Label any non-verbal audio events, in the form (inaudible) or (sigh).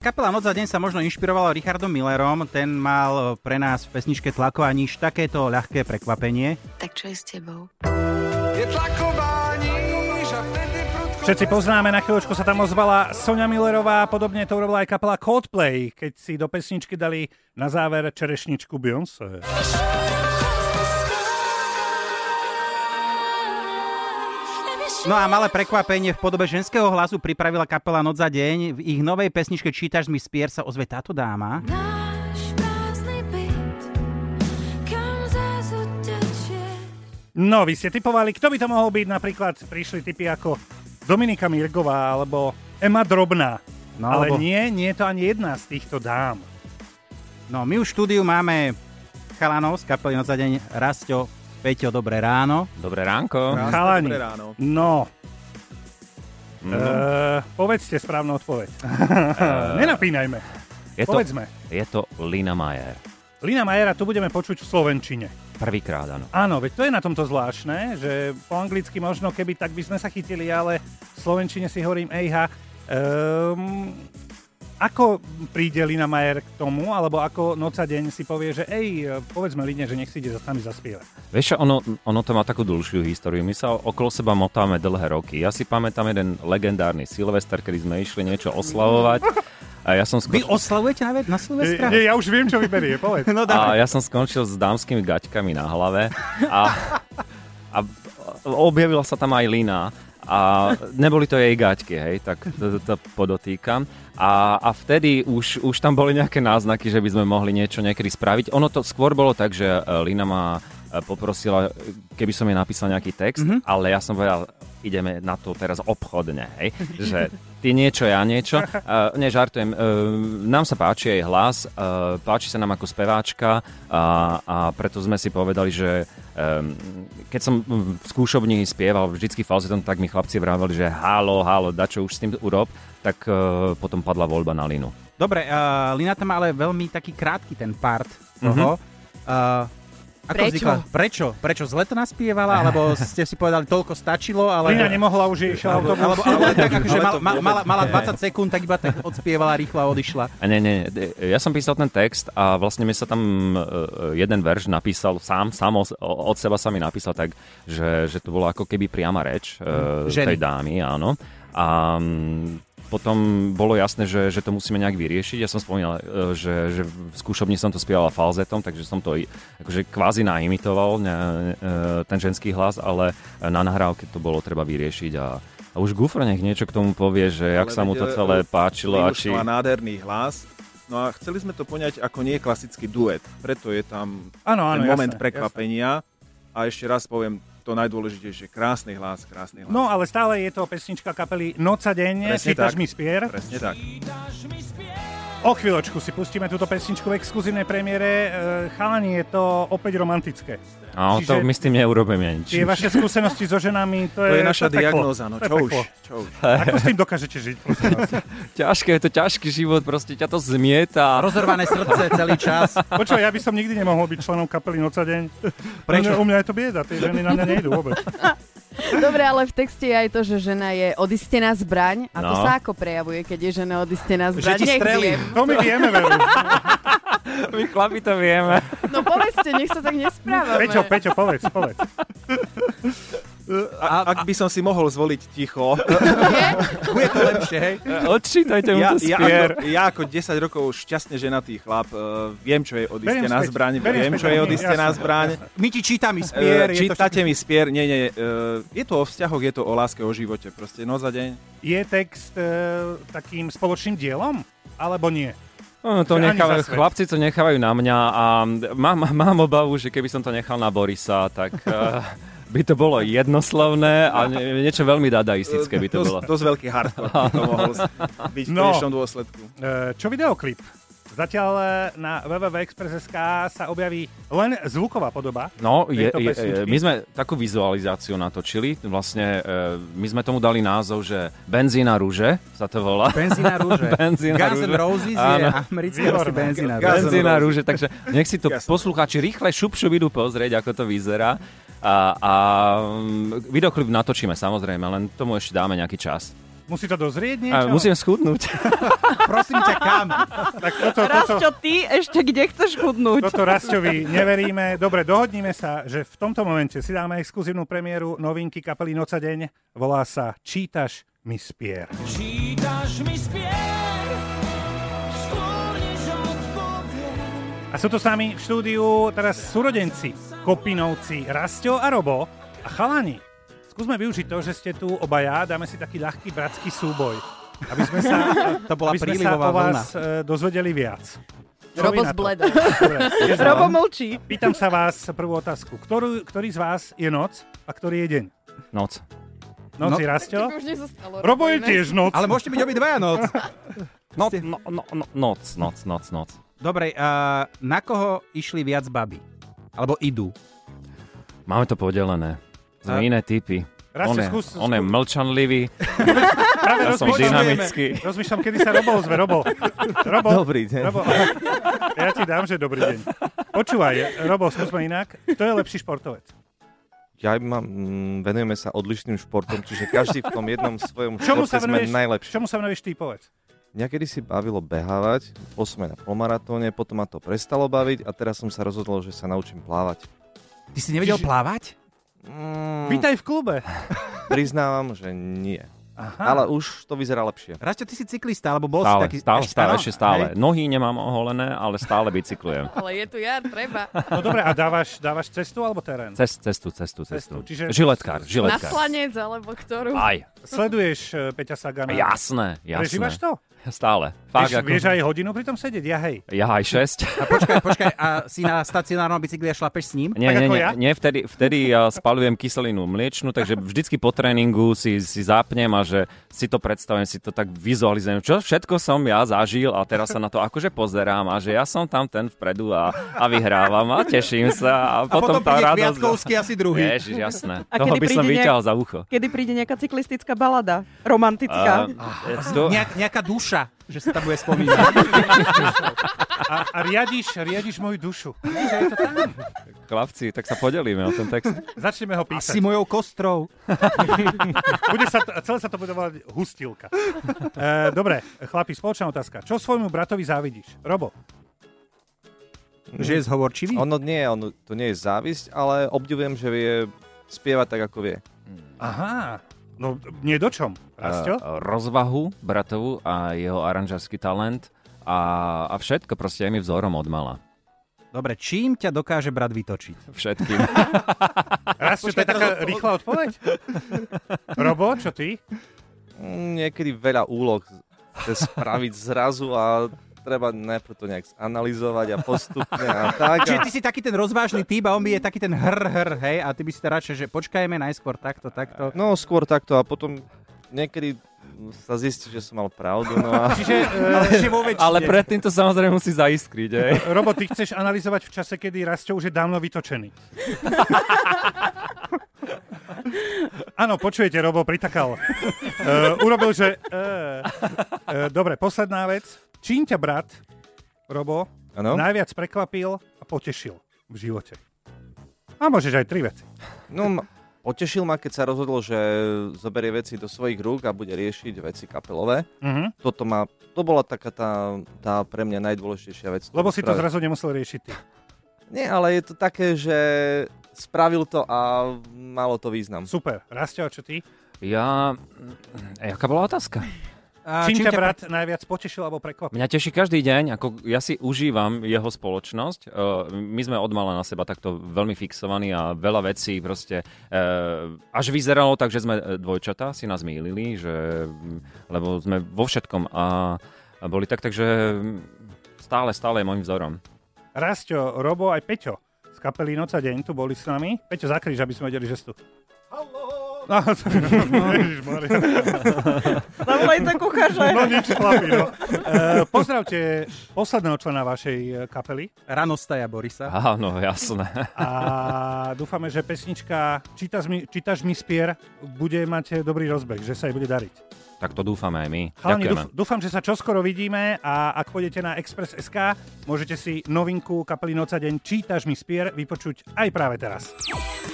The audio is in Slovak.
Kapela Noc za deň sa možno inšpirovala Richardom Millerom, ten mal pre nás v pesničke Tlaková niž takéto ľahké prekvapenie. Tak čo je s tebou? Je tlaková níž a vtedy prudko... Všetci poznáme, na chvíľočku sa tam ozvala Sonia Millerová, podobne to urobila aj kapela Coldplay, keď si do pesničky dali na záver čerešničku Beyoncé. No a malé prekvapenie v podobe ženského hlasu pripravila kapela Noc za deň. V ich novej pesničke Čítaš mi spier sa ozve táto dáma. Náš prázdny byt, kam zás utečie. No, vy ste typovali, kto by to mohol byť, napríklad prišli typy ako Dominika Mirgová alebo Ema Drobná. No, No, Ale alebo- nie, nie je to ani jedna z týchto dám. No my už v štúdiu máme chalanov z kapely Noc za deň, Rasto, Peťo, dobré ráno. Dobré ránko. Krásne, Chalani. Dobré ráno. No, mm. povedzte správnu odpoveď. Nenapínajme, Je to, povedzme. je to Lina Majer. Lina Majera tu budeme počuť v Slovenčine. Prvýkrát, áno. Áno, veď to je na tomto zvláštne, že po anglicky možno keby tak by sme sa chytili, ale v slovenčine si hovorím ejha. Um, ako príde Lina Majer k tomu, alebo ako noca deň si povie, že ej, povedzme Line, že nech si ide za nami zaspievať. Vieš, čo, ono, ono to má takú dlhšiu históriu. My sa okolo seba motáme dlhé roky. Ja si pamätám jeden legendárny Silvester, kedy sme išli niečo oslavovať. A ja som Vy skôr... oslavujete na, na Silvestra? ja už viem, čo vyberie, povedz. (laughs) No A ja som skončil s dámskymi gaťkami na hlave a, a objavila sa tam aj Lina a neboli to jej gaťky, hej, tak to, to, to podotýkam. A, a vtedy už, už tam boli nejaké náznaky, že by sme mohli niečo niekedy spraviť. Ono to skôr bolo tak, že e, Lina ma e, poprosila, keby som jej napísal nejaký text, mm-hmm. ale ja som povedal, ideme na to teraz obchodne, hej, že ty niečo, ja niečo. Uh, nežartujem, uh, nám sa páči jej hlas, uh, páči sa nám ako speváčka a, a preto sme si povedali, že um, keď som v skúšobni spieval vždycky falzetom, tak mi chlapci vravali, že halo, halo, dačo už s tým urob, tak uh, potom padla voľba na Linu. Dobre, uh, Lina tam má ale veľmi taký krátky ten part toho. Uh, ako Prečo? Vznikla? Prečo? Prečo zle to naspievala? Alebo ste si povedali, toľko stačilo? Ale... Lina nemohla, už jej išiel Alebo, alebo, autobus. alebo tak, akože Ale mal, to ma, vôbec mala, mala 20 nie. sekúnd, tak iba tak odspievala, rýchla odišla. A nie, nie, d- ja som písal ten text a vlastne mi sa tam e, e, jeden verš napísal sám, sám os- o- od seba sa mi napísal tak, že, že to bola ako keby priama reč Mm, e, Ženy. tej dámy, áno. A mm, potom bolo jasné, že, že to musíme nejak vyriešiť. Ja som spomínal, e, že, že v skúšobni som to spievala falzetom, takže som to i- akože kvázi naimitoval, ne, e, ten ženský hlas, ale na nahrávke to bolo treba vyriešiť a, a už Gufro nech niečo k tomu povie, že jak Ale sa mu veď, to e, celé e, páčilo a Linus či... má nádherný hlas. No a chceli sme to poňať ako nie klasický duet, preto je tam Áno, áno, ten moment jasné, prekvapenia. A ešte raz poviem to najdôležitejšie, krásny hlas, krásny hlas. No, ale stále je to pesnička kapely Noca denne, Presne Chytáš tak. mi spier. Presne tak. O chvíľočku si pustíme túto pesničku v exkluzívnej premiére. E, Chalani, je to opäť romantické. A Čiže- to my s tým neurobíme nič. Tie vaše skúsenosti so ženami, to, To je, je naša to je peklo. diagnóza, no To je čo už, peklo. čo už. Ako s tým dokážete žiť? prosím vás? Ťažké, je to ťažký život, proste ťa to zmieta. Rozorvané srdce celý čas. Počúvaj, ja by som nikdy nemohol byť členom kapely Noca deň. No, Prečo? U mňa je to bieda, tie ženy na mňa nejdu vôbec. Dobre, ale v texte je aj to, že žena je odistená zbraň. A to No. sa ako prejavuje, keď je žena odistená Že zbraň? ti Nech strelí. viem. To my vieme, veru. My chlapi to vieme. No povedzte, nech sa tak nesprávame. Peťo, Peťo, povedz, povedz. A, ak by som si mohol zvoliť ticho, Bude to lepšie, hej? (laughs) Odčítajte mu ja, to ja, spier. ako, ja ako 10 rokov šťastne ženatý chlap, uh, viem, čo je Beriem odistená späť, zbraň, beriem viem, späť, čo je jasné, odistená jasné, zbraň. My ti čítame spier. Spier, je to Čítate mi spier, nie, nie, uh, je to o vzťahoch, je to o láske, o živote, proste noc za deň. Je text e, takým spoločným dielom? Alebo nie? No, to Ani nechávajú, za svet. chlapci to nechávajú na mňa a mám, mám obavu, že keby som to nechal na Borisa, tak eh, by to bolo jednoslovné a nie, niečo veľmi dadaistické by to E, dosť, bolo. dosť veľký hardcore by to mohol s- byť v No. konečnom dôsledku. E, čo videoklip? Zatiaľ e, na www.express.sk sa objaví len zvuková podoba. No, je, tejto je, pesničky? my sme takú vizualizáciu natočili, vlastne eh, my sme tomu dali názov, že Benzína rúže sa to volá. Benzína rúže. Benzína Guns N' rúže. Roses je Áno. americký Výborné. proste benzína Guns rúže. N' benzína Roses. rúže, takže nech si to Jasné. poslucháči rýchle šup šup idú pozrieť, ako to vyzerá. A, a mm, videoklip natočíme samozrejme, len tomu ešte dáme nejaký čas. Musí to dozrieť niečo? A musím schudnúť. (laughs) Prosím ťa, kam? Tak toto, toto, Raz čo ty, ešte kde chceš chudnúť. toto Rastovi neveríme. Dobre, dohodníme sa, že v tomto momente si dáme exkluzívnu premiéru novinky kapely Noca deň. Volá sa Čítaš mi spier. Čítaš mi spier, skôr než odpoviem. A sú tu s nami v štúdiu teraz súrodenci, kopinovci Rastio a Robo a chalani. Skúsme využiť to, že ste tu obaja, dáme si taký ľahký bratský súboj. Aby sme sa, To bola aby sme sa prílivová o vlna. vás e, dozvedeli viac. Čo Robo vy na to? zbledol. Dobre, je za- Robo mlčí. (laughs) Pýtam sa vás prvú otázku. Ktorú, ktorý z vás je noc a ktorý je deň? Noc. Noc No. je Rastio? Už nezostalo. Robo je tiež noc. Ale môžete byť obidvaja noc. No, Ste- no, no, no, noc, noc, noc, noc. Dobre, a na koho išli viac baby? Alebo idú? Máme to podelené. A- Sme iné typy. Raz on, si je, skús- on je skús- mlčanlivý, Práve ja som dynamický. Rozmýšľam, kedy sa Robo ozve. Robo, Robo, Dobrý deň. Robo, ja ti dám, že dobrý deň. Počúvaj, Robo, skúsme inak. Kto je lepší športovec? Ja mám, mm, venujeme sa odlišným športom, čiže každý v tom jednom svojom Čomu športe sa sme venuješ, najlepší. čomu sa venuješ ty, povedz? Mňa kedy si bavilo behávať, bol som aj na polmaratóne, potom ma to prestalo baviť a teraz som sa rozhodol, že sa naučím plávať. Ty si nevedel Čiže- plávať? Mm, Vítaj v klube. priznávam, že nie. Aha. Ale už to vyzerá lepšie. Rasto, ty si cyklista, alebo bol si Stále, taký... stále, stále, áno, ešte stále. hej. Nohy nemám oholené, ale stále bicyklujem. Ale je tu jar, treba. No dobre, a dávaš, dávaš cestu alebo terén? Cez, cestu, cestu, Cestu, cestu. čiže- Žiletkár, Na žiletkár. slanec, alebo ktorú. Aj, Sleduješ eh, Peťa Sagana? jasné, jasné. Prežívaš to? Stále. Fakt, Vieš, ako... vieš aj hodinu pri tom sedieť? Ja hej. Ja aj (laughs) 6. A počkaj, počkaj, a si na stacionárnom bicykli a šlapeš s ním? Tak Nie, nie, ako nie, ja? nie vtedy, vtedy ja spalujem kyselinu mliečnu, takže vždycky po tréningu si, si zapnem a že si to predstavujem, si to tak vizualizujem, čo všetko som ja zažil a teraz sa na to akože pozerám a že ja som tam ten vpredu a, a vyhrávam a teším A sa a potom potom, tá príde radosť... Kviatkovský asi druhý. Ježiš, jasné. A Toho kedy by som príde nejak- vyťahol za ucho. Kedy príde nejaká cyklistická balada, romantická. A- to, Nejak, nejaká duša, že sa tam (laughs) bude spomínať. A, a riadiš, riadiš moju dušu. Vieš, je to tam. chlapci, tak sa podelíme o ten text. Začneme ho písať. Si mojou kostrou. Bude sa to, celé sa to bude volať hustilka. E, dobre, chlapi, spoločná otázka. Čo svojmu bratovi závidíš? Robo, Že je zhovorčivý? Ono nie, ono, to nie je závisť, ale obdivujem, že vie spievať tak, ako vie. aha, no nie do čom. Rastio? A- a Rozvahu bratovu a jeho aranžerský talent a, a všetko proste je mi vzorom od mala. Dobre, čím ťa dokáže brat vytočiť? Všetkým. Rastio, to je počkaj, taká teraz od- rýchla odpoveď? Robo, čo ty? Mm, Niekedy veľa úloh chce spraviť zrazu a treba najprv to nejak zanalizovať a postupne a tak. Čiže A... ty si taký ten rozvážny typ a on by je taký ten hr, hr, hej, a ty by si to radšej, že počkajme najskôr takto, takto. No skôr takto a potom niekedy sa zistí, že som mal pravdu. No (laughs) a... Čiže, Ale e, ešte vo väčšine. (laughs) Ale predtým to samozrejme musí zaiskriť, hej. Robo, ty chceš analyzovať v čase, kedy Rastio už je dávno (laughs) vytočený. Áno, počujete, Robo pritakal. E, urobil, že... E, e, dobre, posledná vec. Čím ťa brat, Robo, Ano? najviac prekvapil a potešil v živote? A môžeš aj tri veci. No, m- potešil ma, keď sa rozhodol, že zoberie veci do svojich rúk a bude riešiť veci kapelové. Mhm. Toto ma, to bola taká tá, tá pre mňa najdôležitejšia vec. ktorú Lebo si to spravil. zrazu nemusel riešiť ty. Nie, ale je to také, že spravil to a malo to význam. Super. Rastio, čo ty? Ja... mm, Jaká bola otázka? A Čím ťa brat najviac potešil alebo prekvapil? Mňa teší každý deň, ako ja si užívam jeho spoločnosť. Eh, My sme odmala na seba takto veľmi fixovaní a veľa vecí proste... eh, Až vyzeralo tak, že sme eh, dvojčatá, si nás mýlili, že... mm, Lebo sme vo všetkom a a boli tak, takže mm, stále, stále je môjim vzorom. Rastio, Robo aj Peťo z kapely Noc a deň tu boli s nami. Peťo, zakríž, aby sme vedeli, že si tu. (laughs) Haló! No, Ježišmarja. Zavolaj sa kuchaže. no nič, chlapi, no. E, pozdravte posledného člena vašej e, kapely Ranostaja Borisa. Áno, jasné. a dúfame, že pesnička Čítaš mi, čítaš mi spier bude mať e, dobrý rozbeh, že sa jej bude dariť. Tak to dúfame aj my. Chalani, Ďakujeme. dúf, dúfam, že sa čoskoro vidíme a ak pôjdete na Express.sk, môžete si novinku kapely Noca deň Čítaš mi spier vypočuť aj práve teraz. Here